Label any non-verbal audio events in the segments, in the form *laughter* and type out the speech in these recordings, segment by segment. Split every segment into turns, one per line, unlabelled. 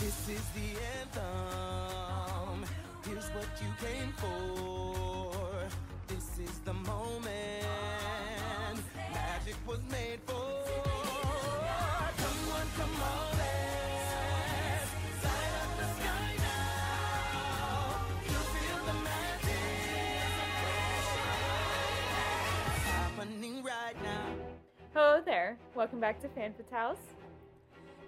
is the anthem. Here's what you came for. This is the moment. Magic was made for. Come on, come on. let's light up the sky now. You feel the magic. Happening right now.
Hello there. Welcome back to Fanfit's House.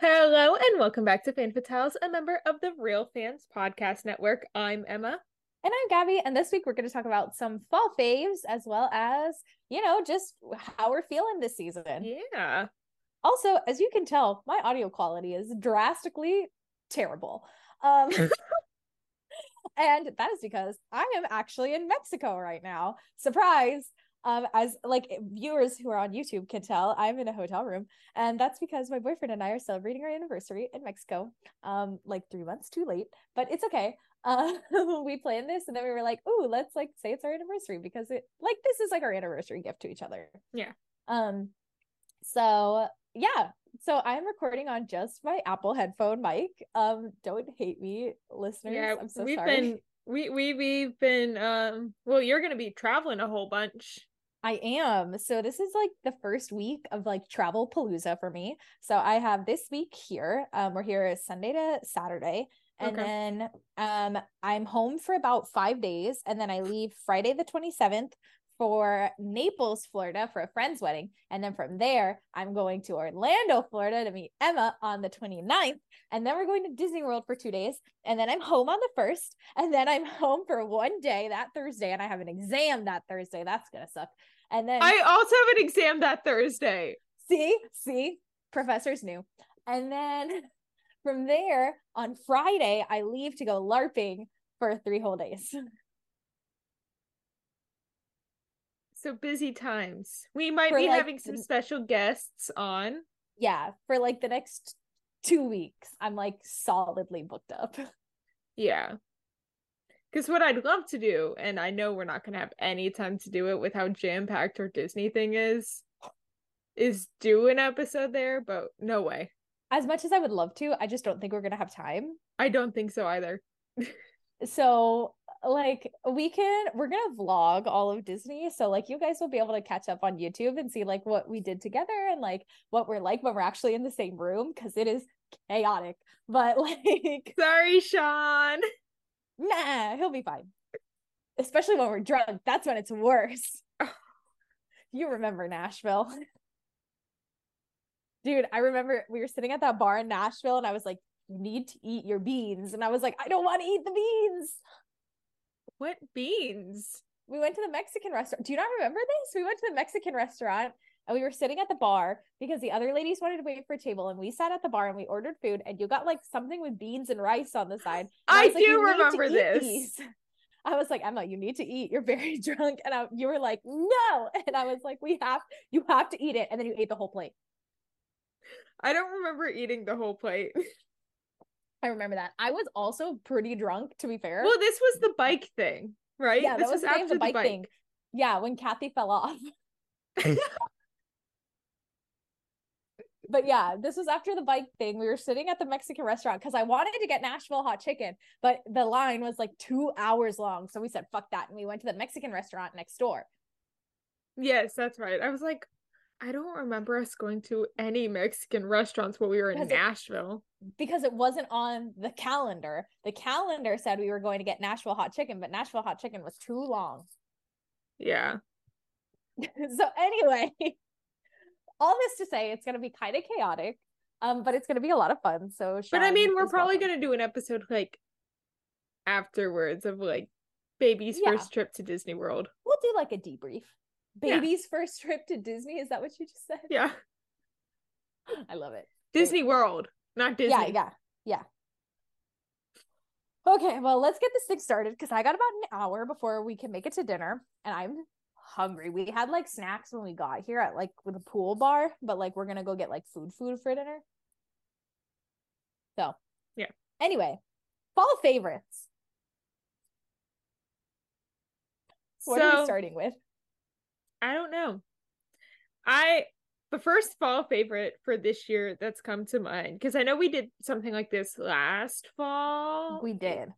Hello and welcome back to Fanfit's House, a member of the Real Fans Podcast Network. I'm Emma.
And I'm Gabby, and this week we're going to talk about some fall faves as well as, you know, just how we're feeling this season.
Yeah.
Also, as you can tell, my audio quality is drastically terrible.
*laughs*
Um, and that is because I am actually in Mexico right now. Surprise. Um, as like viewers who are on YouTube can tell, I'm in a hotel room, and that's because my boyfriend and I are celebrating our anniversary in Mexico. Um, like three months too late, but it's okay. *laughs* Uh, we planned this, and then we were like, "Ooh, let's like say it's our anniversary because it like this is like our anniversary gift to each other."
Yeah.
Um. So yeah, so I'm recording on just my Apple headphone mic. Um, don't hate me, listeners.
Yeah.
I'm so
we've
sorry.
been we we we've been um well you're gonna be traveling a whole bunch.
I am. So this is like the first week of like travel palooza for me. So I have this week here. Um, we're here Sunday to Saturday. And
Okay.
then um I'm home for about five days and then I leave Friday the 27th for Naples, Florida for a friend's wedding. And then from there, I'm going to Orlando, Florida to meet Emma on the 29th. And then we're going to Disney World for two days. And then I'm home on the first. And then I'm *laughs* home for one day that Thursday. And I have an exam that Thursday. That's gonna suck. And then
I also have an exam that Thursday.
see, see, professors knew. And then *laughs* from there on Friday, I leave to go LARPing for three whole days. *laughs*
So busy times. We might
For,
be
like,
having some
the-
special guests on.
Yeah, for like the next two weeks, I'm like solidly booked up. *laughs*
Yeah. Because what I'd love to do, and I know we're not going to have any time to do it with how jam packed our Disney thing is, is do an episode there, but no way.
As much as I would love to, I just don't think we're gonna have time.
I don't think so either.
So like we can we're gonna vlog all of Disney. So like you guys will be able to catch up on YouTube and see like what we did together and like what we're like when we're actually in the same room because it is chaotic. But *laughs* like
Sorry, Sean.
nah, he'll be fine. Especially when we're drunk. That's when it's worse. *laughs* you remember Nashville. *laughs* Dude, I remember we were sitting at that bar in Nashville and I was like, you need to eat your beans. And I was like, I don't want to eat the beans.
What beans?
We went to the Mexican restaurant. Do you not remember this? We went to the Mexican restaurant and we were sitting at the bar because the other ladies wanted to wait for a table. And we sat at the bar and we ordered food. And you got like something with beans and rice on the side. And
I
was like,
do
"You need to
remember
eat
this.
these." *laughs* I was like, Emma, you need to eat. You're very *laughs* drunk. And I, you were like, no. *laughs* And I was like, we have, you have to eat it. And then you ate the whole plate.
I don't remember eating the whole
*laughs*
plate.
I remember that. I was also pretty drunk, to be fair.
Well, this was the bike thing, right?
yeah,
this
that was the, name of the bike thing. Yeah, when Kathy fell off. *laughs* but yeah, this was after the bike thing. We were sitting at the Mexican restaurant because I wanted to get Nashville hot chicken, but the line was like two hours long. So we said, fuck that. And we went to the Mexican restaurant next door.
Yes, that's right. I was like, I don't remember us going to any Mexican restaurants while we were in
Because it-
Nashville.
because it wasn't on the calendar. The calendar said we were going to get Nashville hot chicken, but Nashville hot chicken was too long.
Yeah.
*laughs* so anyway, all this to say it's going to be kind of chaotic, um, but it's going to be a lot of fun. So,
But I
Sean
mean, we're
is
probably
welcome.
gonna do an episode like afterwards of like baby's
Yeah.
first trip to Disney World.
we'll do like a debrief.
Yeah.
Baby's *laughs* first trip to Disney. Is that what you just said?
Yeah,
I love it.
Disney World, not Disney.
Yeah, yeah, yeah. Okay, well, let's get this thing started because I got about an hour before we can make it to dinner, and I'm hungry. We had like snacks when we got here at like with a pool bar, but like we're gonna go get like food, food for dinner. So
Yeah.
Anyway, fall favorites. What are we
So-
starting with?
I don't know. I the first fall favorite for this year that's come to mind because I know we did something like this last fall.
We did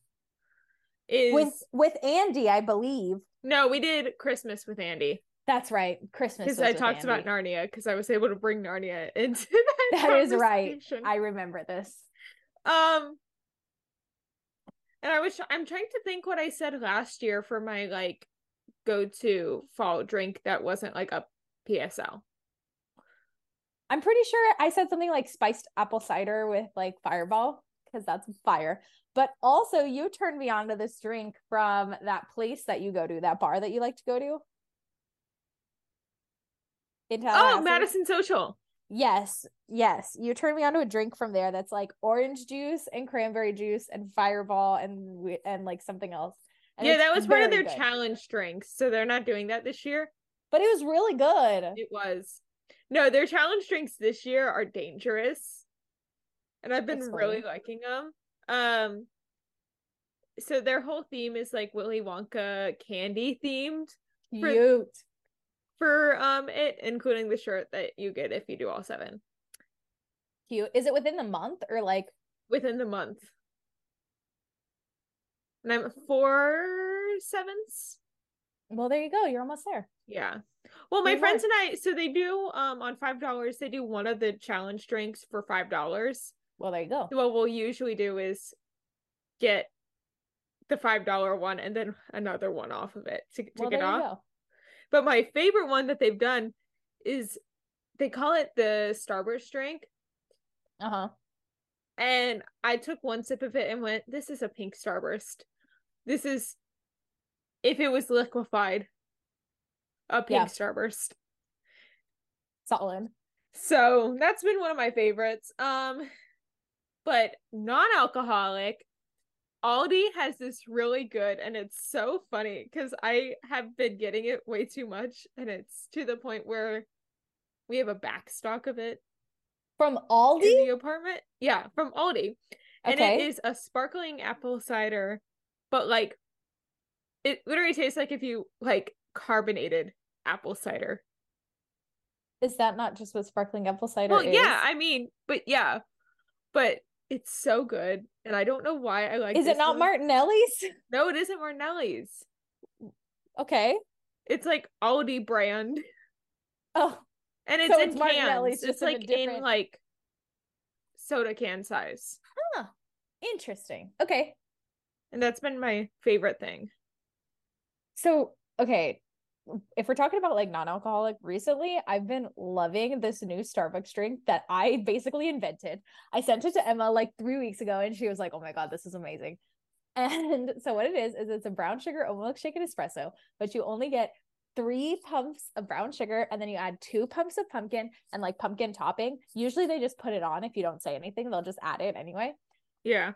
is
with with Andy, I believe.
no, we did Christmas with Andy
That's right, Christmas.
because
was
I
with
talked about
Andy.
Narnia because I was able to bring Narnia *laughs* into that.
That is right.
conversation.
I remember this.
Um, and I was tr- I'm trying to think what I said last year for my like go-to fall drink that wasn't like a PSL.
I'm pretty sure I said something like spiced apple cider with like fireball because that's fire. But also, you turned me on to this drink from that place that you go to, that bar that you like to go to. In
Oh,
Tallahassee?
Madison Social.
Yes, yes. You turned me on to a drink from there that's like orange juice and cranberry juice and fireball and wi- and like something else. And
yeah,
it's
that was one of
very
their
good.
challenge drinks, so they're not doing that this year.
But it was really good.
It was no, their challenge drinks this year are dangerous, and I've been really liking them. Um, so their whole theme is like Willy Wonka candy themed. for-
Cute.
for um it, including the shirt that you get if you do all seven
Cute. Is it within the month or like
within the month. And I'm four sevens.
well, there you go. You're almost there.
Yeah. Well, my
Very
friends and I, so they do um on five dollars, they do one of the challenge drinks for five dollars.
Well, there you go.
What we'll usually do is get the five dollar one and then another one off of it to to
Well,
get
there
off.
you go.
But my favorite one that they've done is they call it the Starburst drink.
Uh huh.
and I took one sip of it and went, "This is a pink starburst. This is if it was liquefied, a pink
Yeah.
starburst."
Solid.
So that's been one of my favorites. Um, but non-alcoholic. Aldi has this really good, and it's so funny because I have been getting it way too much, and it's to the point where we have a backstock of it
From
in
Aldi.
the apartment. Yeah, from Aldi. and it
Okay.
is a sparkling apple cider but like it literally tastes like if you like carbonated apple cider
Is, that not just what sparkling apple cider
well
is?
yeah i mean but yeah but it's so good and i don't know why i like
is it
this
not
one.
Martinelli's? *laughs*
no it isn't martinelli's
Okay.
it's like aldi brand
Oh,
and it's
So
in
it's Martinelli's,
cans it's
just in a
like in
different-
like soda can size
interesting. Okay.
and that's been my favorite thing
So, okay. If we're talking about like non alcoholic recently, I've been loving this new Starbucks drink that I basically invented. I sent it to Emma like three weeks ago and she was like, oh my God, this is amazing. *laughs* And so, what it is, is it's a brown sugar oat milk shaken espresso, but you only get three pumps of brown sugar and then you add two pumps of pumpkin and like pumpkin topping. Usually, they just put it on if you don't say anything, they'll just add it anyway
yeah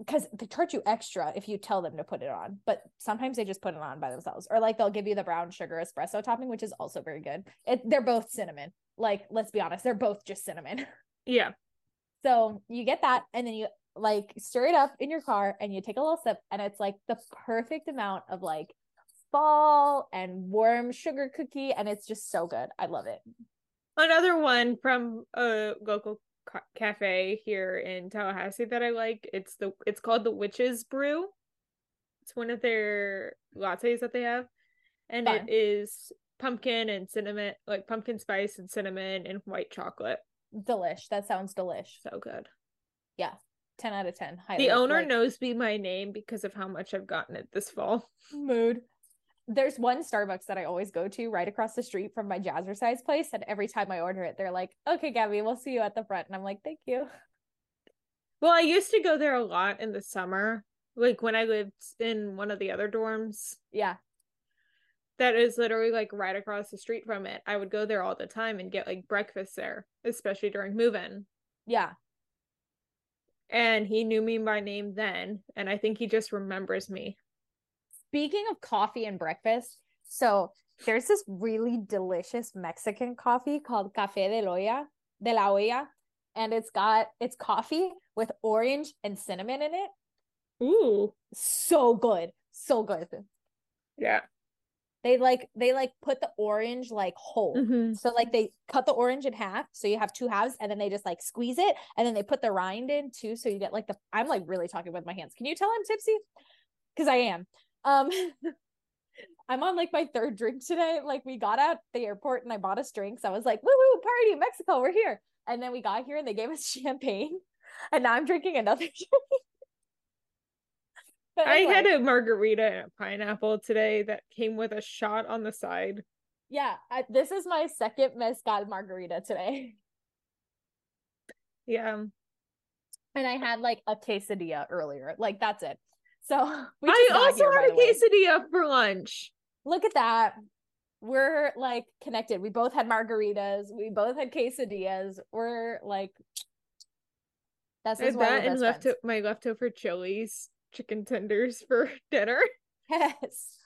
because they charge you extra if you tell them to put it on, but sometimes they just put it on by themselves, or like they'll give you the brown sugar espresso topping, which is also very good. It, they're both cinnamon. Like, let's be honest, they're both just cinnamon. *laughs*
yeah
So you get that, and then you like stir it up in your car, and you take a little sip, and it's like the perfect amount of like fall and warm sugar cookie, and it's just so good. I love it.
another one from a local ca- cafe here in Tallahassee that I like. It's the it's called the Witch's Brew. It's one of their lattes that they have, and
Fun.
it is pumpkin and cinnamon, like pumpkin spice and cinnamon and white chocolate.
Delish. That sounds delish.
So good.
Ten out of ten.
the
Highly,
owner
like-
knows me my name because of how much I've gotten it this fall. *laughs*
mood. There's one Starbucks that I always go to right across the street from my jazzercise place. And every time I order it, they're like, okay, Gabby, we'll see you at the front. And I'm like, thank you.
Well, I used to go there a lot in the summer, like when I lived in one of the other dorms.
Yeah.
that is literally like right across the street from it. I would go there all the time and get like breakfast there, especially during move in.
Yeah.
and he knew me by name then, and I think he just remembers me.
Speaking of coffee and breakfast, so there's this really delicious Mexican coffee called Café de Loya, de la Olla, and it's got it's coffee with orange and cinnamon in it.
Ooh,
So good, so good.
yeah.
They like they like put the orange like whole.
Mhm.
So like they cut the orange in half, so you have two halves, and then they just like squeeze it, and then they put the rind in too, so you get like the. I'm like really talking with my hands. Can you tell I'm tipsy? Because I am. Um, *laughs* I'm on like my third drink today. Like we got out the airport and I bought us drinks. I was like, woo woo party Mexico, we're here. And then we got here and they gave us *laughs* champagne, and now I'm drinking another *laughs* drink. But
I had
anyway,
a margarita and a pineapple today that came with a shot on the side.
yeah. I, this is my second mezcal margarita today.
Yeah,
and I had like a quesadilla earlier. Like that's it. So *laughs* we
I
just got
also
here, by
had a
the way.
quesadilla for lunch.
Look at that. We're like connected. We both had margaritas. We both had quesadillas. We're like that's
I had
why
that
we're
and
best
left
friends.
my leftover chilies, chicken tenders for *laughs* dinner.
*laughs* Yes.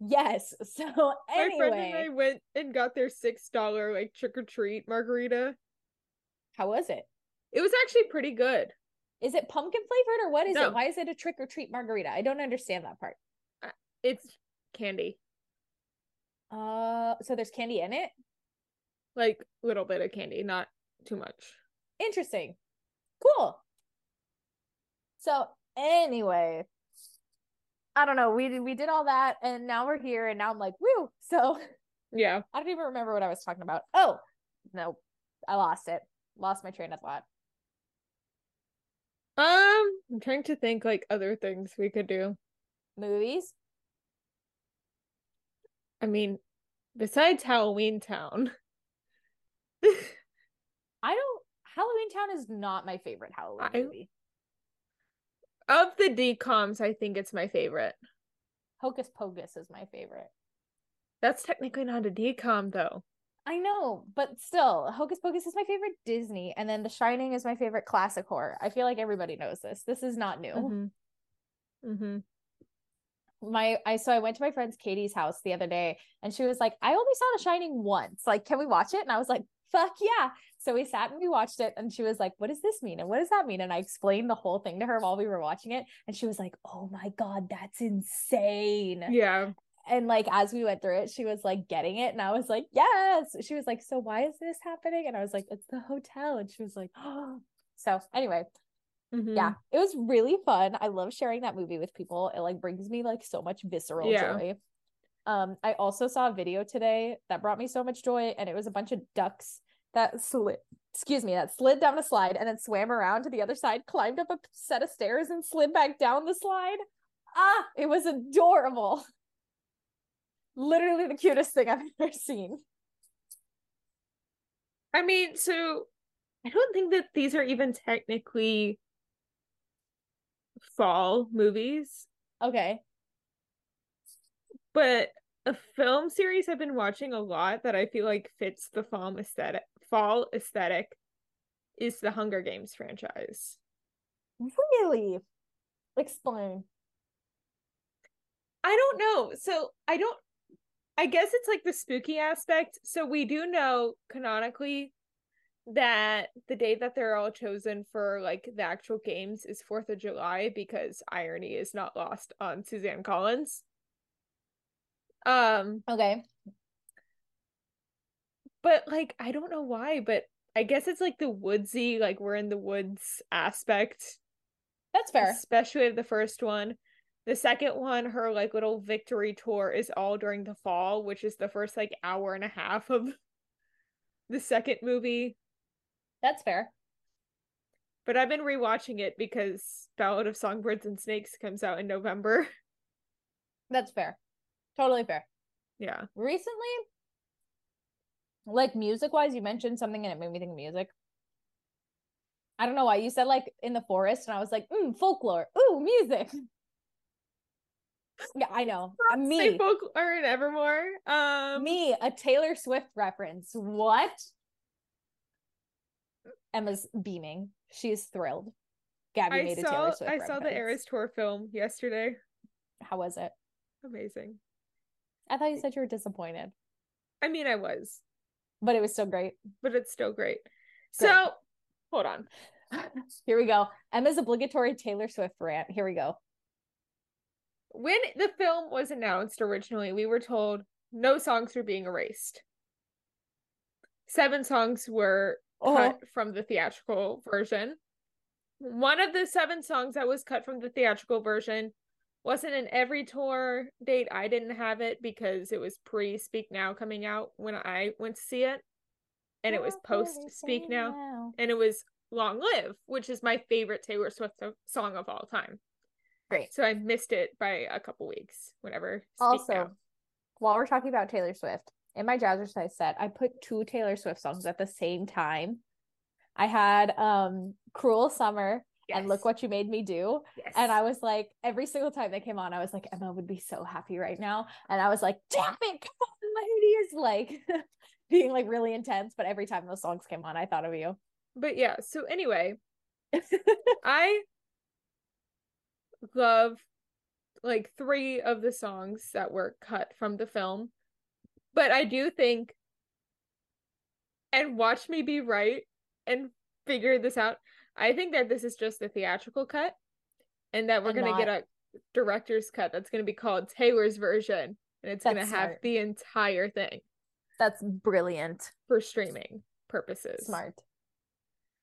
Yes. *laughs* So
My friend and I
anyway,
went and got their six dollar like trick or treat margarita.
how was it?
It was actually pretty good.
Is it pumpkin flavored or what is
No.
it? Why is it a trick or treat margarita? I don't understand that part.
It's candy,
Uh, so there's candy in it.
like little bit of candy, not too much.
Interesting. Cool. So anyway, I don't know. We did we did all that and now we're here and now I'm like, woo. So *laughs*
Yeah,
I don't even remember what I was talking about. Oh no, I lost it. Lost my train of thought.
um, I'm trying to think like other things we could do.
Movies.
I mean, besides Halloween Town, *laughs*
I don't Halloween Town is not my favorite Halloween
I-
movie.
of the DComs, I think it's my favorite.
Hocus Pocus is my favorite.
That's technically not a DCOM though.
I know, but still, Hocus Pocus is my favorite Disney, and then The Shining is my favorite classic horror. I feel like everybody knows this. This is not new.
Mm-hmm. Mm-hmm.
my I so I went to my friend's Katie's house the other day and she was like, I only saw The Shining once. Like, can we watch it? And I was like, fuck yeah. So we sat and we watched it and she was like, what does this mean? And what does that mean? And I explained the whole thing to her while we were watching it. And she was like, oh my God, that's insane.
Yeah.
And like, as we went through it, she was like getting it. And I was like, yes. She was like, so why is this happening? And I was like, it's the hotel. And she was like, *gasps* oh. So anyway,
Mhm.
yeah it was really fun i love sharing that movie with people it like brings me like so much visceral
Yeah.
joy um i also saw a video today that brought me so much joy and it was a bunch of ducks that slid excuse me that slid down a slide and then swam around to the other side climbed up a set of stairs and slid back down the slide ah it was adorable literally the cutest thing i've *laughs* ever seen
I mean, so I don't think that these are even technically fall movies,
okay
but a film series I've been watching a lot that I feel like fits the fall aesthetic. Fall aesthetic is the Hunger Games franchise.
really explain
I don't know. So I don't. I guess it's like the spooky aspect. So we do know canonically that the day that they're all chosen for like the actual games is Fourth of July because irony is not lost on Suzanne Collins. Um,
okay
but like I don't know why, but I guess it's like the woodsy, like we're in the woods aspect
that's fair
especially of the first one. The second one, her like little victory tour is all during the fall, which is the first like hour and a half of *laughs* the second movie.
that's fair
But I've been rewatching it because Ballad of Songbirds and Snakes comes out in November. *laughs*
that's fair totally fair
Yeah.
recently like music wise you mentioned something and it made me think of music i don't know why you said like in the forest and i was like mm, folklore ooh music yeah
*laughs*
i know Uh,
Say
me
folklore and Evermore. Um
me a taylor swift reference what emma's beaming she's thrilled Gabby
I
made a
saw
Taylor Swift.
I saw the
reference.
Eras Tour film yesterday.
How was it?
Amazing.
I thought you said you were disappointed,
I mean, I was,
but it was still great.
but it's still great.
Good.
So hold on.
*laughs* Here we go. Emma's obligatory Taylor Swift rant. Here we go.
When the film was announced originally, we were told no songs were being erased. Seven songs were
Oh,
cut from the theatrical version. One of the seven songs that was cut from the theatrical version wasn't an every tour date. I didn't have it because it was pre Speak Now coming out when I went to see it. And it
Oh,
was post Speak Now. And it was Long Live, which is my favorite Taylor Swift of- song of all time.
Great.
So I missed it by a couple weeks whenever. Speak
Also,
Now.
while we're talking about Taylor Swift, in my jazzercise set, I put two Taylor Swift songs at the same time. I had um Cruel Summer and Look
Yes.
What You Made Me Do.
Yes.
And I was like, every single time they came on, I was like, Emma would be so happy right now. And I was like, damn it, come on, lady is *laughs* like being like really intense. But every time those songs came on, I thought of you. *laughs*
But yeah, so anyway, I love like three of the songs that were cut from the film. But I do think and watch me be right and figure this out. I think that this is just the theatrical cut and that we're
And
going to get a director's cut that's going to be called Taylor's version and it's going to
That's
have
smart.
the entire thing
That's brilliant.
for streaming purposes.
Smart.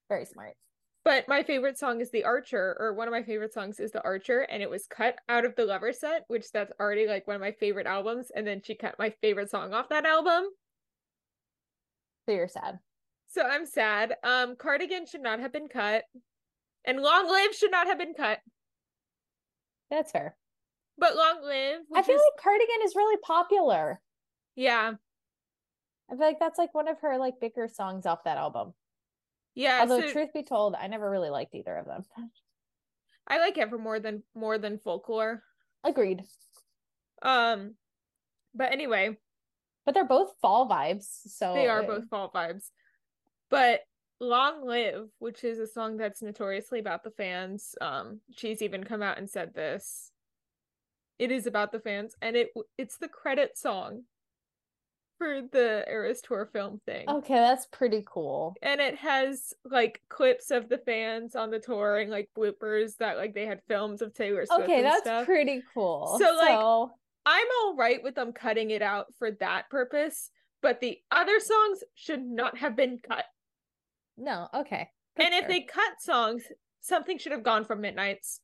Very smart.
But my favorite song is The Archer, or one of my favorite songs is The Archer, and it was cut out of the Lover set, which that's already like one of my favorite albums. And then she cut my favorite song off that album.
So you're sad.
So I'm sad. Um, Cardigan should not have been cut, and Long Live should not have been cut.
That's fair.
But Long Live,
I
which
feel
is-
like Cardigan is really popular.
yeah,
I feel like that's like one of her like bigger songs off that album.
yeah.
Although
so
truth be told, I never really liked either of them.
I like Evermore than more than Folklore.
Agreed.
Um, but anyway,
But they're both fall vibes. So
they are
it-
both fall vibes but long live which is a song that's notoriously about the fans um she's even come out and said this it is about the fans and it it's the credit song for the eras tour film thing
Okay, that's pretty cool.
and it has like clips of the fans on the tour and like bloopers that like they had films of taylor swift
Okay,
and
that's
stuff.
pretty cool.
So, like, i'm all right with them cutting it out for that purpose but the other songs should not have been cut
no, okay.
and if they cut songs, something should have gone from Midnight's.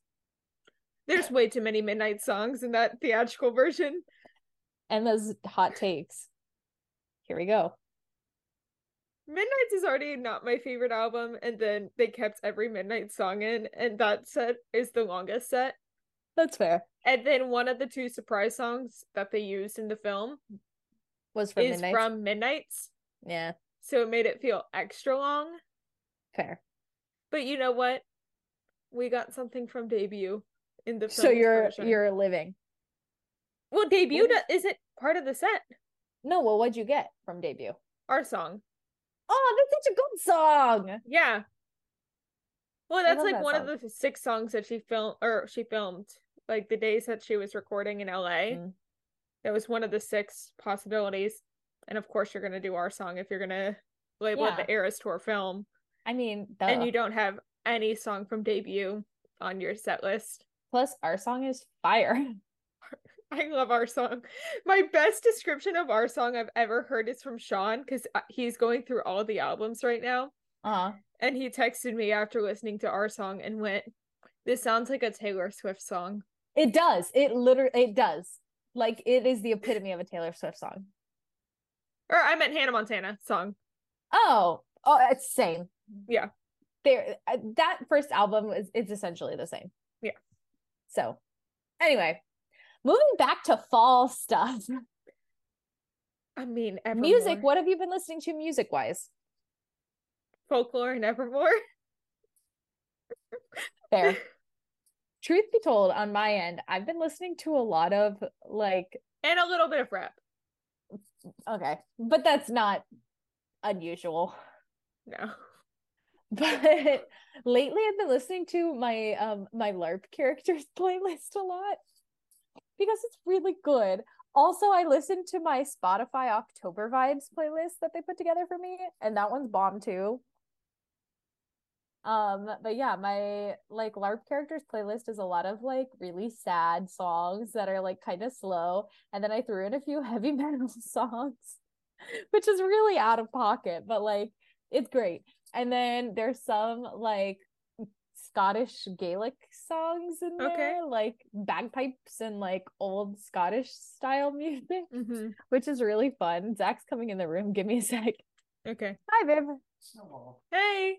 There's way too many Midnight songs in that theatrical version.
and those hot takes. Here we go.
Midnight's is already not my favorite album, and then they kept every Midnight song in, and that set is the longest set.
That's fair.
And then one of the two surprise songs that they used in the film
Was from
is
midnight.
from Midnight's,
yeah,
so it made it feel extra long.
fair.
But you know what? We got something from debut in the film.
So you're
version.
you're living.
well, debut
What
do- isn't part of the set.
No, well, what'd you get from debut?
Our song.
Oh, that's such a good song.
Yeah. Well,
I
that's
love
like
that
one of the six songs that she filmed, or she filmed, like the days that she was recording in LA.
Mm.
That was one of the six possibilities. And of course, you're going to do our song if you're going to label it
Yeah.
the Eras Tour film,
I mean,
and
duh.
you don't have any song from debut on your set list. *laughs*
plus our song is fire. *laughs*
I love our song. My best description of our song I've ever heard is from Sean because he's going through all the albums right now.
Uh
And he texted me after listening to our song and went, This sounds like a Taylor Swift song.
It does. It literally it does. Like it is the epitome of a Taylor Swift song.
Or I meant Hannah Montana song.
Oh, oh, it's same.
Yeah.
There uh, that first album is it's essentially the same.
Yeah.
So, anyway, moving back to fall stuff.
I mean, Evermore.
Music, what have you been listening to music-wise?
folklore and Evermore. *laughs*
Fair. Truth be told, on my end, I've been listening to a lot of like
And a little bit of rap.
okay, but that's not unusual.
No.
*laughs* but lately I've been listening to my um my LARP characters *laughs* playlist a lot because it's really good. Also, I listened to my Spotify October Vibes playlist that they put together for me, and that one's bomb too. Um, but yeah, my like LARP characters playlist is a lot of like really sad songs that are like kind of slow, and then I threw in a few *laughs* heavy metal songs, which is really out of pocket, but like it's great. And then there's some like Scottish Gaelic songs in there,
Okay.
like bagpipes and like old Scottish style *laughs* music,
Mhm.
which is really fun. Zach's coming in the room. *laughs* Give me a sec.
*laughs* Okay.
Hi, babe.
Hello.
Hey,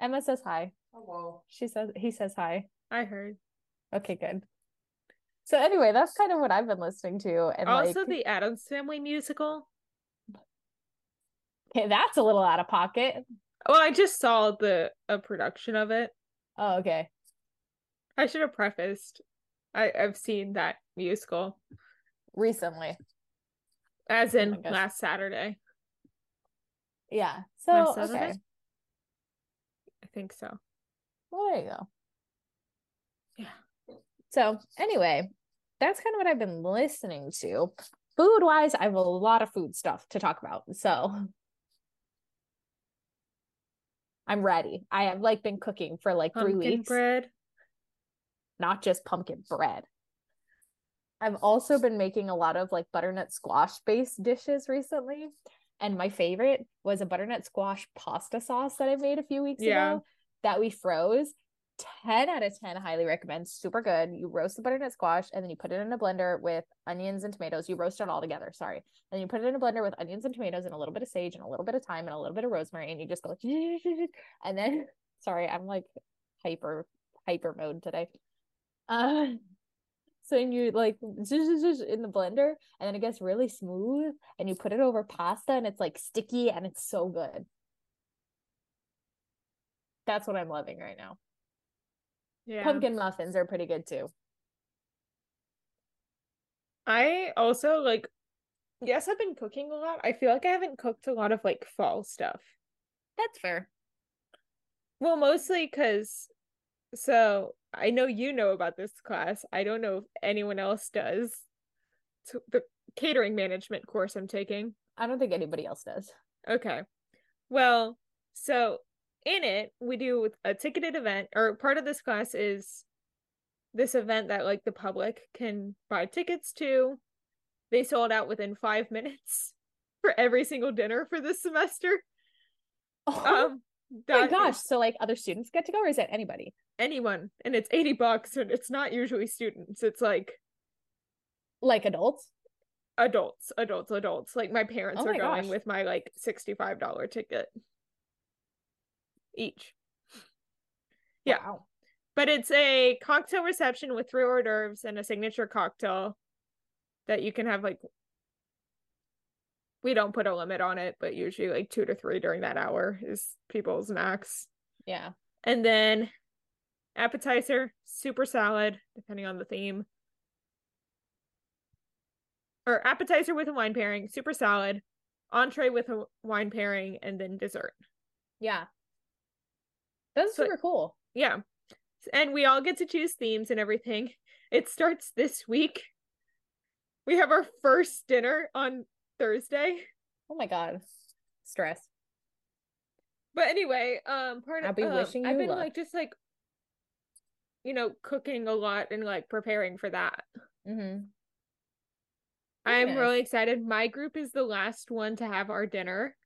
Emma says hi.
Hello.
She says he says hi.
I heard.
Okay, good. So anyway, that's kind of what I've been listening to, and
also,
like
the Adams Family musical.
okay, *laughs* that's a little out of pocket.
Well, I just saw the a production of it.
Oh, okay.
I should have prefaced. I I've seen that musical
Recently,
as
Oh
in
my gosh.
last Saturday.
yeah. So
Last Saturday?
okay,
I think so.
well there you go.
Yeah.
So anyway, that's kind of what I've been listening to. Food wise, I have a lot of food stuff to talk about. So I'm ready. I have like been cooking for like three
Pumpkin
weeks.
bread.
not just pumpkin bread. I've also been making a lot of like butternut squash based dishes recently. And my favorite was a butternut squash pasta sauce that I made a few weeks
Yeah.
ago that we froze. 10 out of 10 highly recommend. Super good. You roast the butternut squash and then you put it in a blender with onions and tomatoes. You roast it all together, sorry. And you put it in a blender with onions and tomatoes and a little bit of sage and a little bit of thyme and a little bit of rosemary. And you just go *laughs* like, and then, *laughs* sorry, I'm like hyper, hyper mode today. Uh, so and you like zhuzh, zhuzh, zhuzh in the blender, and then it gets really smooth, and you put it over pasta, and it's like sticky, and it's so good. That's what I'm loving right now.
Yeah.
Pumpkin muffins are pretty good too.
I also like yes, I've been cooking a lot. I feel like I haven't cooked a lot of like fall stuff.
That's fair.
Well, mostly cuz so I know you know about this class. I don't know if anyone else does. It's the catering management course I'm taking.
I don't think anybody else does. *laughs*
Okay. Well, so in it, we do a ticketed event, or part of this class is this event that like the public can buy tickets to. They sold out within five *laughs* minutes for every single dinner for this semester.
Oh
Um,
my
that
gosh!
is
So like other students get to go, or is it anybody?
anyone, and it's eighty bucks, and it's not usually students. It's like
Like adults?
adults, adults, adults. Like my parents
Oh
are
my
going
gosh.
with my like sixty-five dollar ticket each. Yeah.
Wow.
But it's a cocktail reception with three hors d'oeuvres and a signature cocktail that you can have like we don't put a limit on it, but usually like two to three during that hour is people's max.
Yeah.
And then appetizer, super salad, depending on the theme. Or appetizer with a wine pairing, super salad, entree with a wine pairing, and then dessert.
Yeah. That's
So-
super cool.
yeah and we all get to choose themes and everything it starts this week we have our first dinner on thursday
Oh my god. Stress.
but anyway um part of
I'll be
um,
wishing
i've
you
been
luck.
like just like you know cooking a lot and like preparing for that
Mm-hmm.
i'm
Nice.
really excited my group is the last one to have our dinner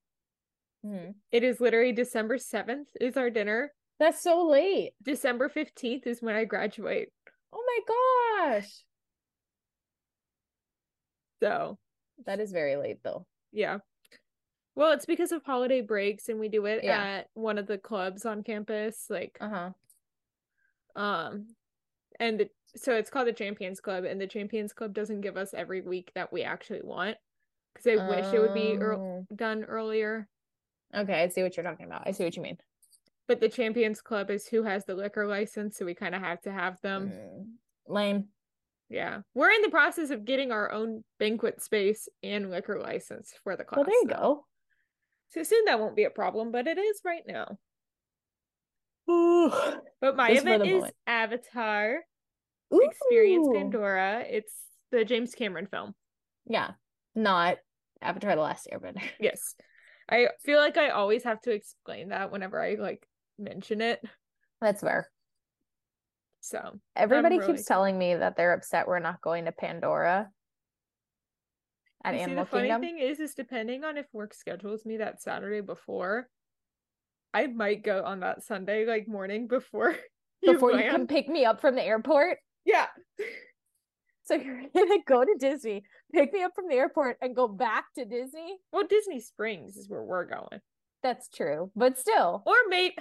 Mm-hmm.
it is literally december 7th is our dinner
That's so late.
december 15th is when i graduate
Oh my gosh.
so
That is very late though.
Yeah. Well, it's because of holiday breaks and we do it
Yeah.
at one of the clubs on campus, like
Uh-huh.
um and the, so it's called the Champions Club and the Champions Club doesn't give us every week that we actually want cuz I wish it would be ear
Oh.
done earlier.
Um, Okay, I see what you're talking about. I see what you mean.
But the Champions Club is who has the liquor license, so we kind of have to have them.
Mm. Lame.
Yeah. We're in the process of getting our own banquet space and liquor license for the class.
Well, there you
though.
go.
So soon that won't be a problem, but it is right now. But my
This for
event
the
is
moment.
Avatar Experience
Ooh.
Pandora. It's the James Cameron film.
Yeah. Not Avatar The Last Airbender. *laughs*
Yes. I feel like I always have to explain that whenever I like mention it.
That's fair.
So
Everybody
really
keeps telling me that they're upset we're not going to Pandora at
you see,
Animal
the funny
Kingdom.
thing *laughs* is, is depending on if work schedules me that Saturday before, I might go on that Sunday like morning before *laughs* you
Before you
land.
can pick me up from the airport.
Yeah,
So *laughs* you're gonna go to Disney, pick me up from the airport, and go back to Disney?
well, Disney Springs is where we're going.
That's true. But still.
Or mate,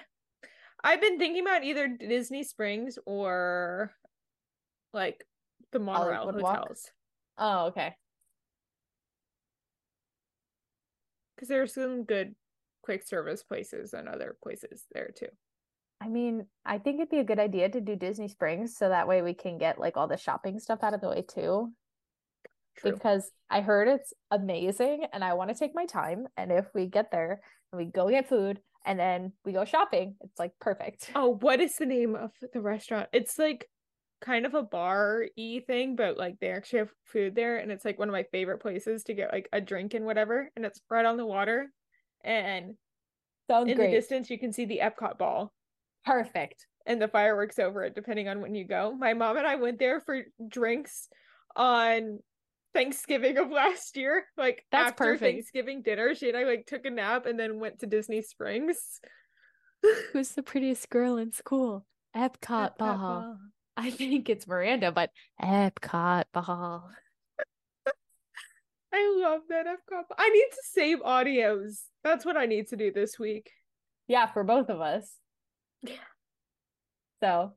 I've been thinking about either Disney Springs or like the monorail
Hollywood Walk?
hotels
Oh, okay.
because there are some good quick service places and other places there too.
I mean, I think it'd be a good idea to do Disney Springs so that way we can get like all the shopping stuff out of the way too.
True.
Because I heard it's amazing and I want to take my time. And if we get there and we go get food and then we go shopping, it's like perfect. *laughs*
oh, what is the name of the restaurant? It's like kind of a bar y thing, but like they actually have food there, and it's like one of my favorite places to get like a drink and whatever, and it's right on the water, and
Sounds
in
Oh, great.
the distance you can see the Epcot ball.
perfect.
and the fireworks over it, depending on when you go. My mom and I went there for drinks on Thanksgiving of last year. Like
That's
after
perfect.
Thanksgiving dinner, she and I like took a nap and then went to Disney Springs.
Who's the prettiest girl in school? Epcot Ball. I think it's Miranda, but Epcot Ball.
I love that Epcot. ball. I need to save audios. That's what I need to do this week.
Yeah, for both of us.
Yeah.
So,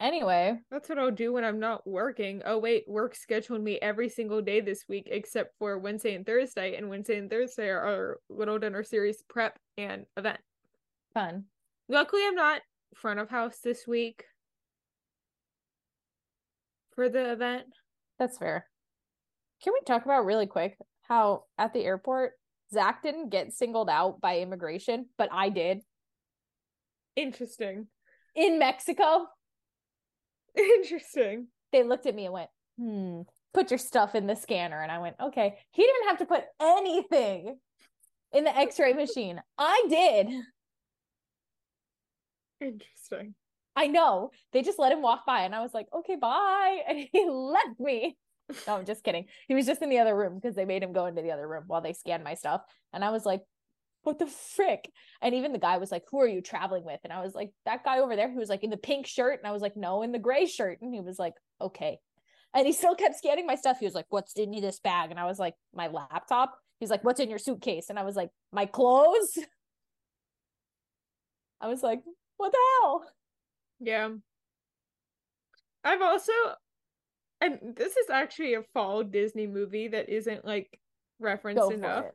anyway,
That's what I'll do when I'm not working. Oh wait, work scheduled me every single day this week except for Wednesday and Thursday, and Wednesday and Thursday are our Little Dinner Series prep and event.
fun.
Luckily, I'm not front of house this week for the event.
That's fair. Can we talk about really quick how at the airport, Zach didn't get singled out by immigration, but I did
Interesting. *laughs*
in Mexico?
Interesting.
they looked at me and went, hmm, put your stuff in the scanner. And I went, okay. He didn't have to put anything in the x ray machine. I did.
Interesting.
I know. They just let him walk by. And I was like, okay, bye. *laughs* And he left me. No, I'm just kidding. He was just in the other room because they made him go into the other room while they scanned my stuff. And I was like, what the frick? And even the guy was like, who are you traveling with? And I was like, that guy over there who was like in the pink shirt. And I was like, no, in the gray shirt. And he was like, okay. And he still kept scanning my stuff. He was like, what's in this bag? And I was like, my laptop. He's like, what's in your suitcase? And I was like, my clothes. *laughs* I was like, what the hell?
Yeah. I've also, and this is actually a fall Disney movie that isn't like referenced
Go for
enough.
it.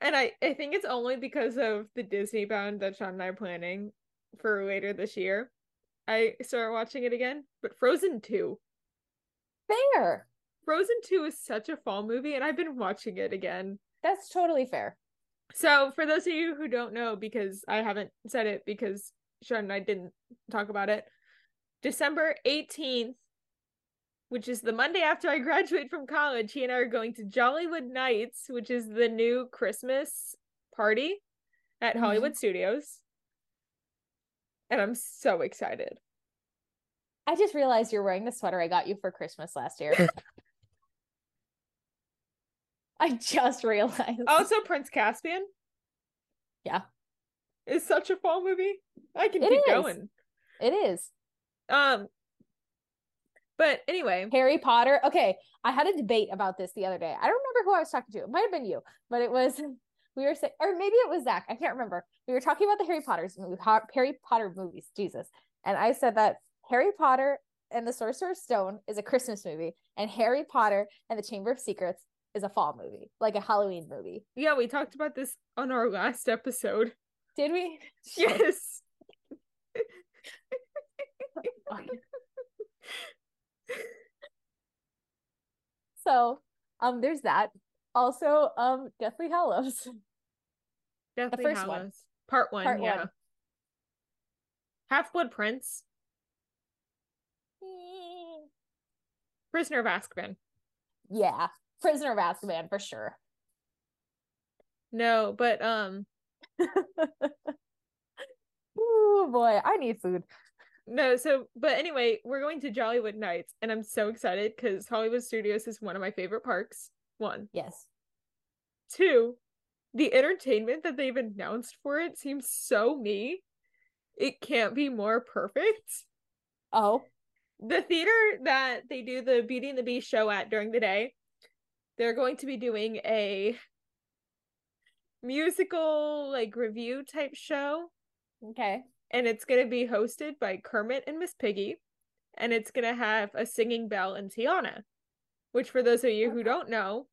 And I, I think it's only because of the Disney bound that Sean and I are planning for later this year. I started watching it again, but Frozen 2.
Fair.
Frozen 2 is such a fall movie, and I've been watching it again.
That's totally fair.
So, for those of you who don't know, because I haven't said it because Sean and I didn't talk about it, December 18th, which is the Monday after I graduate from college, he and I are going to Jollywood Nights, which is the new Christmas party at
Mhm.
Hollywood Studios. And I'm so excited.
I just realized you're wearing the sweater I got you for Christmas last year. I just realized.
Also, Prince Caspian.
Yeah.
Is such a fall movie. I can
It
keep
is.
going.
*laughs* It is
Um, but anyway,
Harry Potter. Okay, I had a debate about this the other day. I don't remember who I was talking to. It might have been you, but it was *laughs* we were saying, or maybe it was Zach. I can't remember. We were talking about the Harry Potter's movie, Ho- Harry Potter movies. Jesus, and I said that Harry Potter and the Sorcerer's Stone is a Christmas movie, and Harry Potter and the Chamber of Secrets is a fall movie, like a Halloween movie.
yeah, we talked about this on our last
*laughs*
episode.
Did we?
Yes.
so, um, there's that. Also, um, Deathly Hallows.
Deathly
first one.
Hallows. Part one,
Part one.
yeah. Half Blood Prince, Prisoner of Azkaban.
Yeah. Prisoner of Azkaban for sure.
No, but um,
Oh boy, I need food.
no. So, but anyway, we're going to Jollywood Nights, and I'm so excited because Hollywood Studios is one of my favorite parks. One,
Yes.
two, the entertainment that they've announced for it seems so me. It can't be more perfect.
Oh,
the theater that they do the Beauty and the Beast show at during the day, they're going to be doing a musical like review type show,
okay.
and it's going to be hosted by Kermit and Miss Piggy, and it's going to have a singing Belle and Tiana, which for those of you who don't know,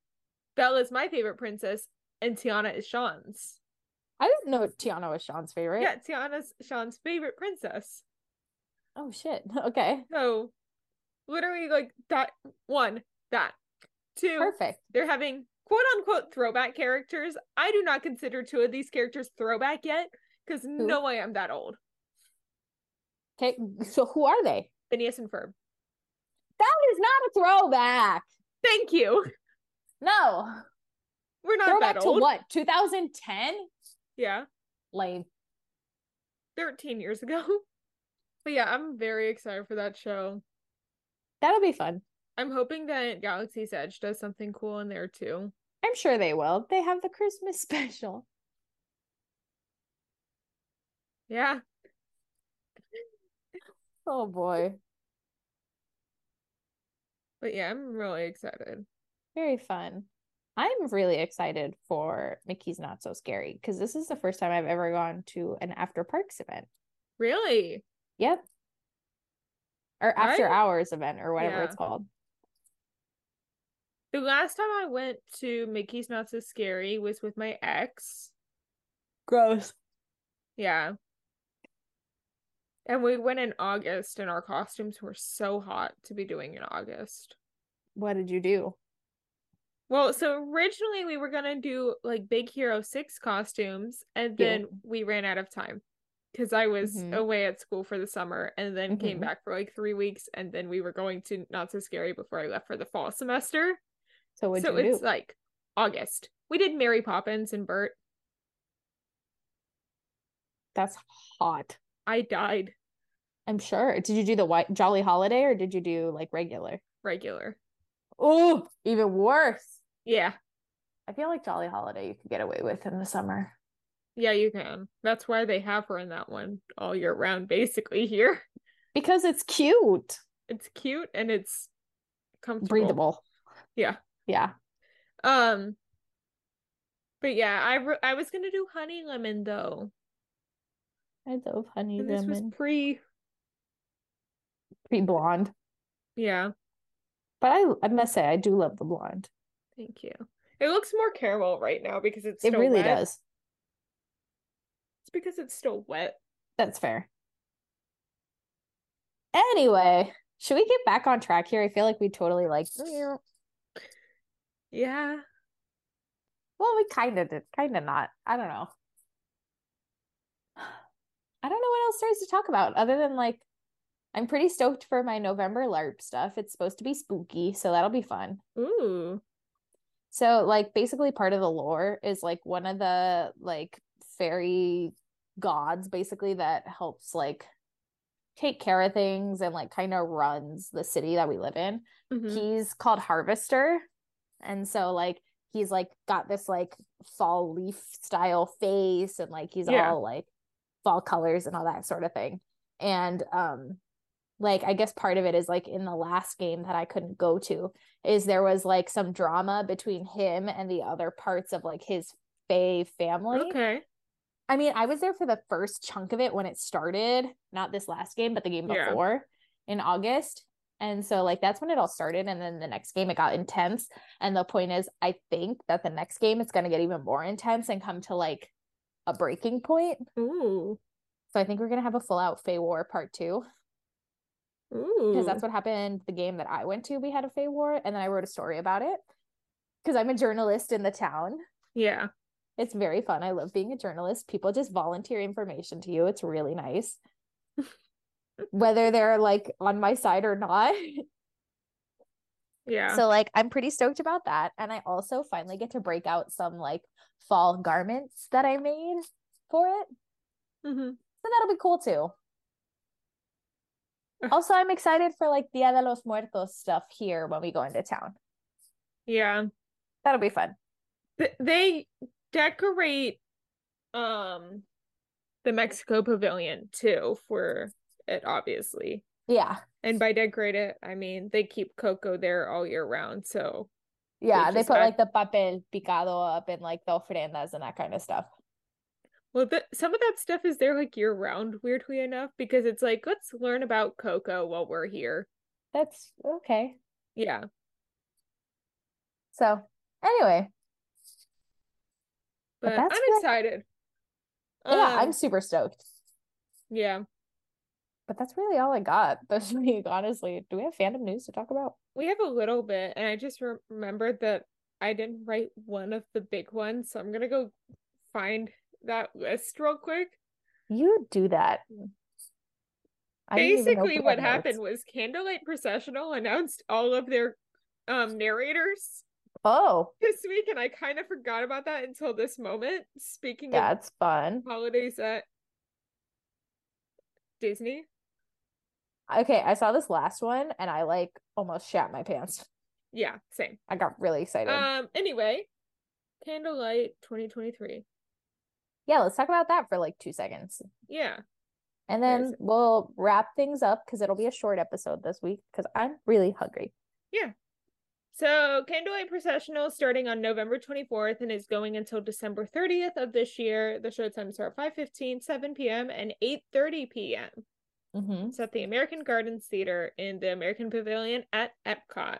Belle is my favorite princess and Tiana is Sean's.
I didn't know Tiana was Sean's favorite.
Yeah, Tiana's Sean's favorite princess.
Oh shit. *laughs* Okay.
So literally like that one, that two.
Perfect.
they're having quote unquote throwback characters. I do not consider two of these characters throwback yet because no way I'm that old.
Okay. So who are they?
Phineas and Ferb.
That is not a throwback.
Thank you. *laughs*
No.
We're not
throwback
that
to
old.
what? 2010?
Yeah,
Lame.
13 years ago. *laughs* But yeah, I'm very excited for that show.
That'll be fun.
I'm hoping that Galaxy's Edge does something cool in there too.
I'm sure they will. They have the Christmas *laughs* special.
Yeah.
Oh boy.
But yeah, I'm really excited.
Very fun. I'm really excited for Mickey's Not So Scary because this is the first time I've ever gone to an after parks event.
Really?
Yep. Or after
Right?
hours event or whatever
Yeah.
it's called.
The last time I went to Mickey's Not So Scary was with my ex.
Gross.
Yeah. And we went in August, and our costumes were so hot to be doing in August.
What did you do?
Well, so originally we were going to do like Big Hero 6 costumes, and
Yeah.
then we ran out of time because I was
Mhm.
away at school for the summer and then came
Mhm.
back for like three weeks. And then we were going to Not So Scary before I left for the fall semester.
So what
so
did you
it's uh
do?
like August. We did Mary Poppins and Bert.
That's hot.
I died
I'm sure. Did you do the white jolly holiday or did you do like regular?
regular.
Oh, even worse.
Yeah.
I feel like jolly holiday you could get away with in the summer.
Yeah, you can. That's why they have her in that one all year round, basically. Here, *laughs*
Because it's cute.
it's cute and it's comfortable.
Breathable.
Yeah.
Yeah.
Um, but yeah, I re- I was gonna do honey lemon though,
I love honey
and this was
lemon.
pre.
Be blonde.
Yeah,
But I I must say I do love the blonde.
thank you. It looks more caramel right now because it's
It
still
really
wet.
does.
It's because it's still wet.
That's fair. Anyway, should we get back on track here? I feel like we totally like *sniffs* well,
Yeah,
we kind of did, kind of not. I don't know. I don't know what else there is to talk about other than like I'm pretty stoked for my November LARP stuff. It's supposed to be spooky, so that'll be fun.
ooh,
So like basically part of the lore is like one of the like fairy gods basically that helps like take care of things and like kind of runs the city that we live in.
Mhm.
He's called Harvester. And so like he's like got this like fall leaf style face and like he's
Yeah.
all like fall colors and all that sort of thing. And um like I guess part of it is like in the last game that I couldn't go to is there was like some drama between him and the other parts of like his Fae family.
okay,
I mean, I was there for the first chunk of it when it started, not this last game, but the game
Yeah.
before in August. And so, like, that's when it all started. And then the next game, it got intense. And the point is, I think that the next game, it's going to get even more intense and come to like a breaking point.
ooh,
So, I think we're going to have a full out Fey War part two
ooh,
because that's what happened the game that I went to. We had a Fey War, and then I wrote a story about it because I'm a journalist in the town.
yeah,
It's very fun. I love being a journalist. People just volunteer information to you. It's really nice. Whether they're like on my side or not.
Yeah.
So like I'm pretty stoked about that. And I also finally get to break out some like fall garments that I made for it.
Mhm.
So that'll be cool too.
Ugh.
Also, I'm excited for like Dia de los Muertos stuff here when we go into town.
Yeah.
That'll be fun.
Th- they decorate um the Mexico pavilion too for it obviously.
Yeah.
And by decorate it, I mean they keep Coco there all year round, so
Yeah. They
just
put
add-
like the papel picado up and like the ofrendas and that kind of stuff.
Well, the, some of that stuff is there like year round, weirdly enough, because it's like, let's learn about Coco while we're here.
That's okay.
Yeah.
So, anyway, But
But,
that's
I'm
what-
excited.
yeah, I'm
Um,
super stoked.
yeah.
But that's really all I got *laughs* this week, honestly. Do we have fandom news to talk about?
We have a little bit, and I just re- remembered that I didn't write one of the big ones, so I'm gonna go find that list real quick.
You do that. I didn't even
Basically,
open
what
my notes.
happened was Candlelight Processional announced all of their um narrators
Oh,
this week, and I kind of forgot about that until this moment. Speaking of
that's fun.
holidays at Disney.
Okay, I saw this last one and I like almost shat my pants.
Yeah, same.
I got really excited.
Um. Anyway, Candlelight 2023.
yeah, let's talk about that for like two seconds.
Yeah,
And
Where is
then
it?
we'll wrap things up because it'll be a short episode this week because I'm really hungry.
So, Candlelight Processional is starting on November 24th and is going until December 30th of this year. The show times are 5:15, 7 p.m., and 8:30 p.m.
hmm
It's at the American Gardens Theater in the American Pavilion at Epcot.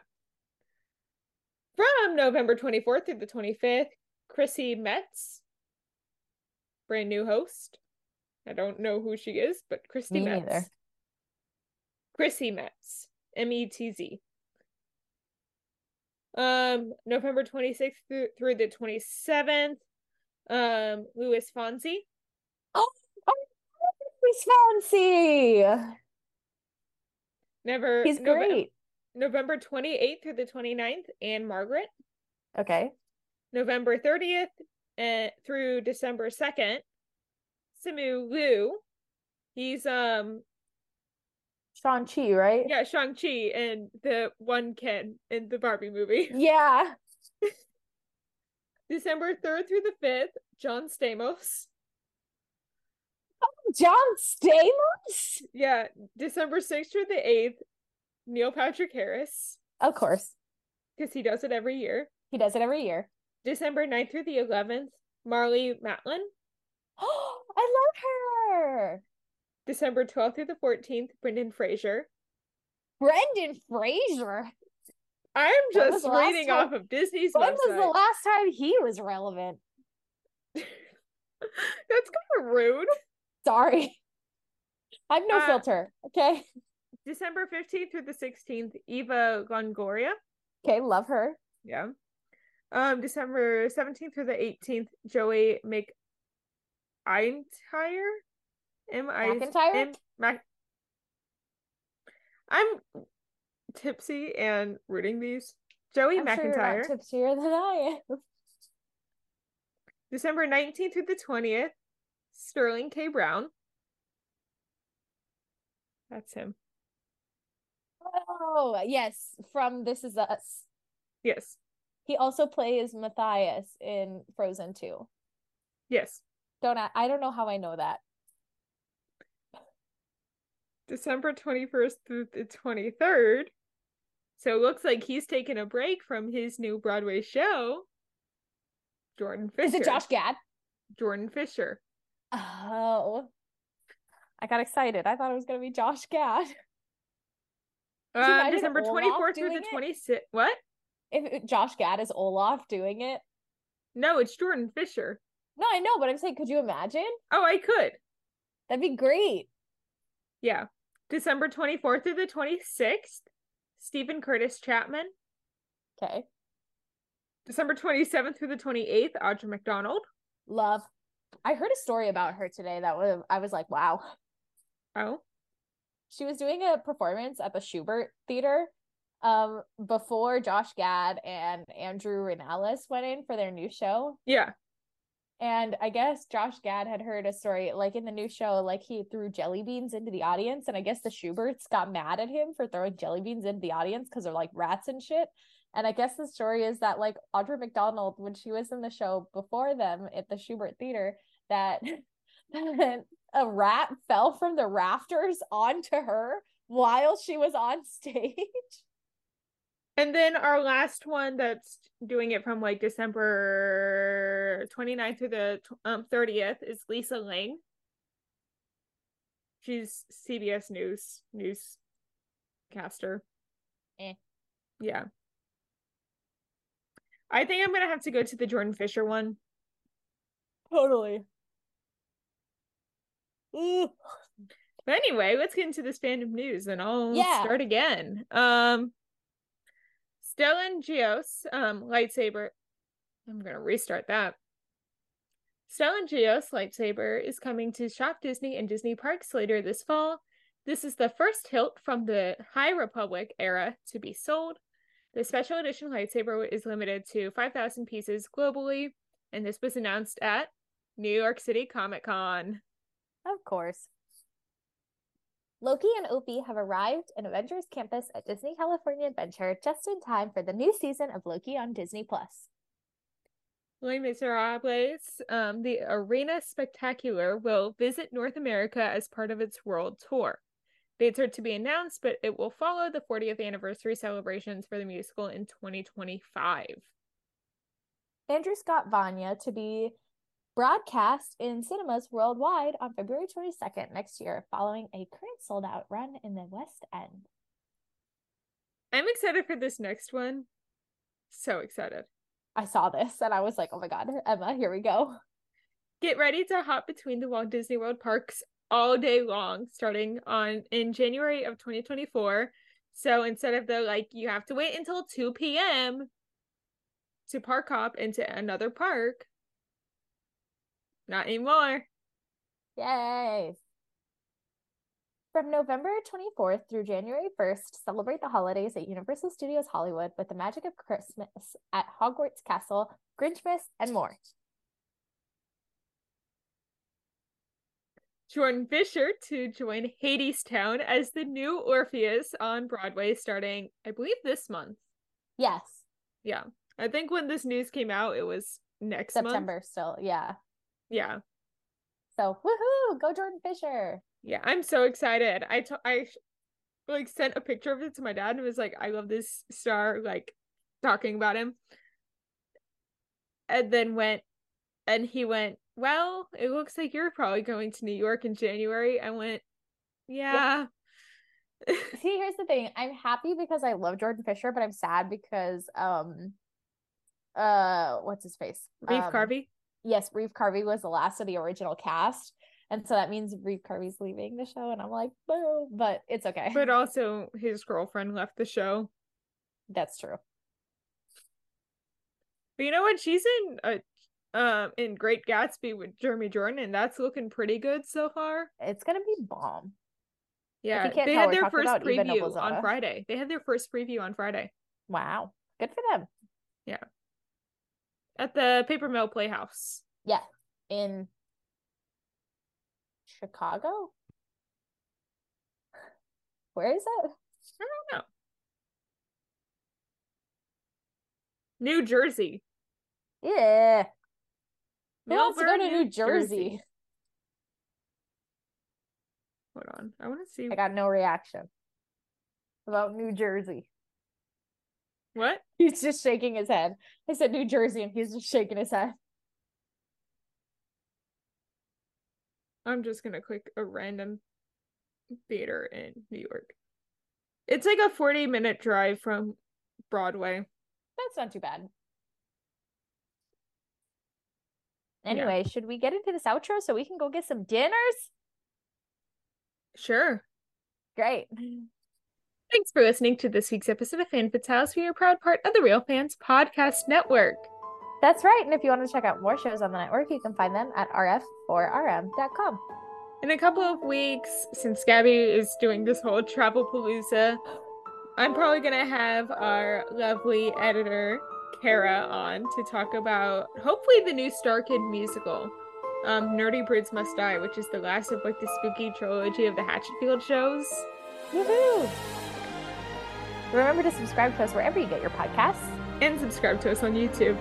From November 24th through the 25th, Chrissy Metz, brand new host. I don't know who she is, but Christy
Me
Metz.
neither.
Chrissy Metz, M E T Z. Um, November 26th through, through the 27th, um, Louis Fonzi.
Fancy.
Never
He's
Nove-
great.
November 28th through the 29th, Anne Margaret.
Okay.
November 30th and through December 2nd. Simu Liu. He's um
Sean Chi, right?
yeah, Shang-Chi and the one Ken in the Barbie movie.
*laughs* Yeah.
December 3rd through the 5th, John Stamos.
John Stamos?
Yeah, December 6th through the 8th, Neil Patrick Harris,
Of course.
because he does it every year.
He does it every year. *gasps*
December 9th through the 11th, Marley Matlin.
Oh, I love her.
December 12th through the 14th, Brendan Fraser.
Brendan Fraser.
I'm
When was
just
the last
reading
time-
off of Disney's
When
website.
was the last time he was relevant?
*laughs* That's kind of rude.
Sorry. *laughs* I'm no
Uh,
filter. Okay.
December 15th through the 16th, Eva Longoria.
Okay, love her.
Yeah. Um, December 17th through the 18th, Joey McIntyre. M I
McIntyre?
M- Mac- I'm tipsy and rooting these. Joey
I'm sure you're
McIntyre,
not tipsier than I am.
December 19th through the 20th, Sterling K. Brown. That's him.
Oh, yes, from This Is Us.
Yes.
He also plays Matthias in Frozen 2.
Yes.
Don't I, I don't know how I know that.
December 21st through the 23rd. So it looks like he's taking a break from his new Broadway show. Jordan Fisher.
Is it Josh Gad?
Jordan Fisher.
Oh. I got excited. I thought it was going to be Josh Gad. *laughs* you
Uh,
imagine
December
Olaf
24th through
doing
the
it?
26th. What?
If it- Josh Gad is Olaf doing it.
No, it's Jordan Fisher.
No, I know, but I'm saying, could you imagine?
Oh, I could.
That'd be great.
Yeah. December 24th through the 26th. Stephen Curtis Chapman.
Okay.
December 27th through the 28th. Audra McDonald.
Love. I heard a story about her today that was I was like, wow.
Oh,
She was doing a performance at the Schubert Theater um before Josh Gad and Andrew Renalis went in for their new show.
yeah.
And I guess Josh Gad had heard a story like in the new show, like he threw jelly beans into the audience. And I guess the Schuberts got mad at him for throwing jelly beans into the audience because they're like rats and shit. And I guess the story is that like Audra McDonald, when she was in the show before them at the Schubert Theater, that *laughs* a rat fell from the rafters onto her while she was on stage.
And then our last one that's doing it from like December 29th through the tw- um, 30th is Lisa Lang. She's CBS News newscaster.
Eh.
Yeah. I think I'm going to have to go to the Jordan Fisher one.
Totally. Ooh.
But anyway, let's get into this fandom news and I'll
Yeah.
start again. Um Stellan Geos, um, lightsaber. I'm gonna restart that. Stellan Geos lightsaber is coming to Shop Disney and Disney Parks later this fall. This is the first hilt from the High Republic era to be sold. The special edition lightsaber is limited to 5,000 pieces globally, and this was announced at New York City Comic Con.
Of course. Loki and Opie have arrived in Avengers Campus at Disney California Adventure just in time for the new season of Loki on Disney Plus.
Les Miserables, um, the Arena Spectacular will visit North America as part of its world tour. Dates are to be announced, but it will follow the 40th anniversary celebrations for the musical in 2025.
Andrew Scott Vanya to be broadcast in cinemas worldwide on February 22nd next year, following a current sold out run in the West End.
I'm excited for this next one. So excited.
I saw this and I was like, oh my God, Emma, here we go.
Get ready to hop between the Walt Disney World parks all day long, starting on in January of 2024. So instead of the like you have to wait until 2 p.m. to park hop into another park, not anymore.
Yay! From November 24th through January 1st, celebrate the holidays at Universal Studios Hollywood with the magic of Christmas at Hogwarts Castle, Grinchmas, and more.
Jordan Fisher to join Hadestown as the new Orpheus on Broadway starting, I believe, this month.
Yes,
Yeah. I think when this news came out, it was next month.
September still. Yeah.
Yeah.
So, woohoo! Go Jordan Fisher.
Yeah, I'm so excited. I to- I sh- like sent a picture of it to my dad and was like, "I love this star." Like talking about him, and then went, and he went, "Well, it looks like you're probably going to New York in January." I went, "Yeah,
See, here's the thing. I'm happy because I love Jordan Fisher, but I'm sad because um uh what's his face?
Reeve
Um,
Carvey."
yes, Reeve Carvey was the last of the original cast. And so that means Reeve Carvey's leaving the show. And I'm like, boo, but it's okay.
But also, his girlfriend left the show.
*laughs* That's true.
But you know what? She's in a um in Great Gatsby with Jeremy Jordan, and that's looking pretty good so far.
It's going to be bomb.
Yeah,
can't
they had
tell, we're
their
talking
first
about Eva
preview
Noblezada.
on Friday. They had their first preview on Friday
Wow. Good for them.
at the Paper Mill Playhouse.
Yeah. In Chicago? Where is it?
I don't know. New Jersey.
Yeah. Who wants to go
Melbourne,
to New Jersey?
Hold on. I want to see
I got no reaction about New Jersey. *laughs*
what?
He's just shaking his head. I said New Jersey, and he's just shaking his head.
I'm just going to click a random theater in New York. It's like a 40 minute drive from Broadway.
That's not too bad.
Yeah.
Anyway, should we get into this outro so we can go get some dinners?
Sure.
Great.
Thanks for listening to this week's episode of Fan Fits House. We are a proud part of the Real Fans Podcast Network.
That's right. And if you want to check out more shows on the network, you can find them at rf4rm.com.
In a couple of weeks, since Gabby is doing this whole travel palooza, I'm probably gonna have our lovely editor Kara on to talk about hopefully the new Star Kid musical, um, Nerdy Birds Must Die, which is the last of like the spooky trilogy of the Hatchetfield shows.
Woohoo! Remember to subscribe to us wherever you get your podcasts.
And subscribe to us on YouTube.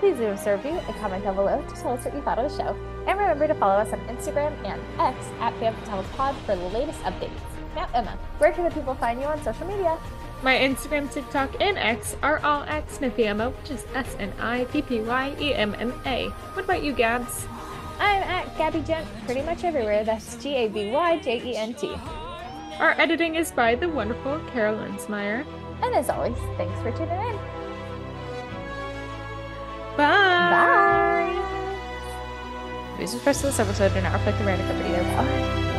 Please leave us a review and comment down below to tell us what you thought of the show. And remember to follow us on Instagram and X at Pod for the latest updates. Now, Emma, where can the people find you on social media?
My Instagram, TikTok, and X are all at SnippyMO, which is S N I P P Y E M M A. What about you, Gabs?
I'm at Gabby Gent pretty much everywhere. That's G A B Y J E N T.
Our editing is by the wonderful Carol Linsmeyer.
And as always, thanks for tuning in.
Bye.
Bye. Views expressed in this episode do not reflect the brand of company they're on.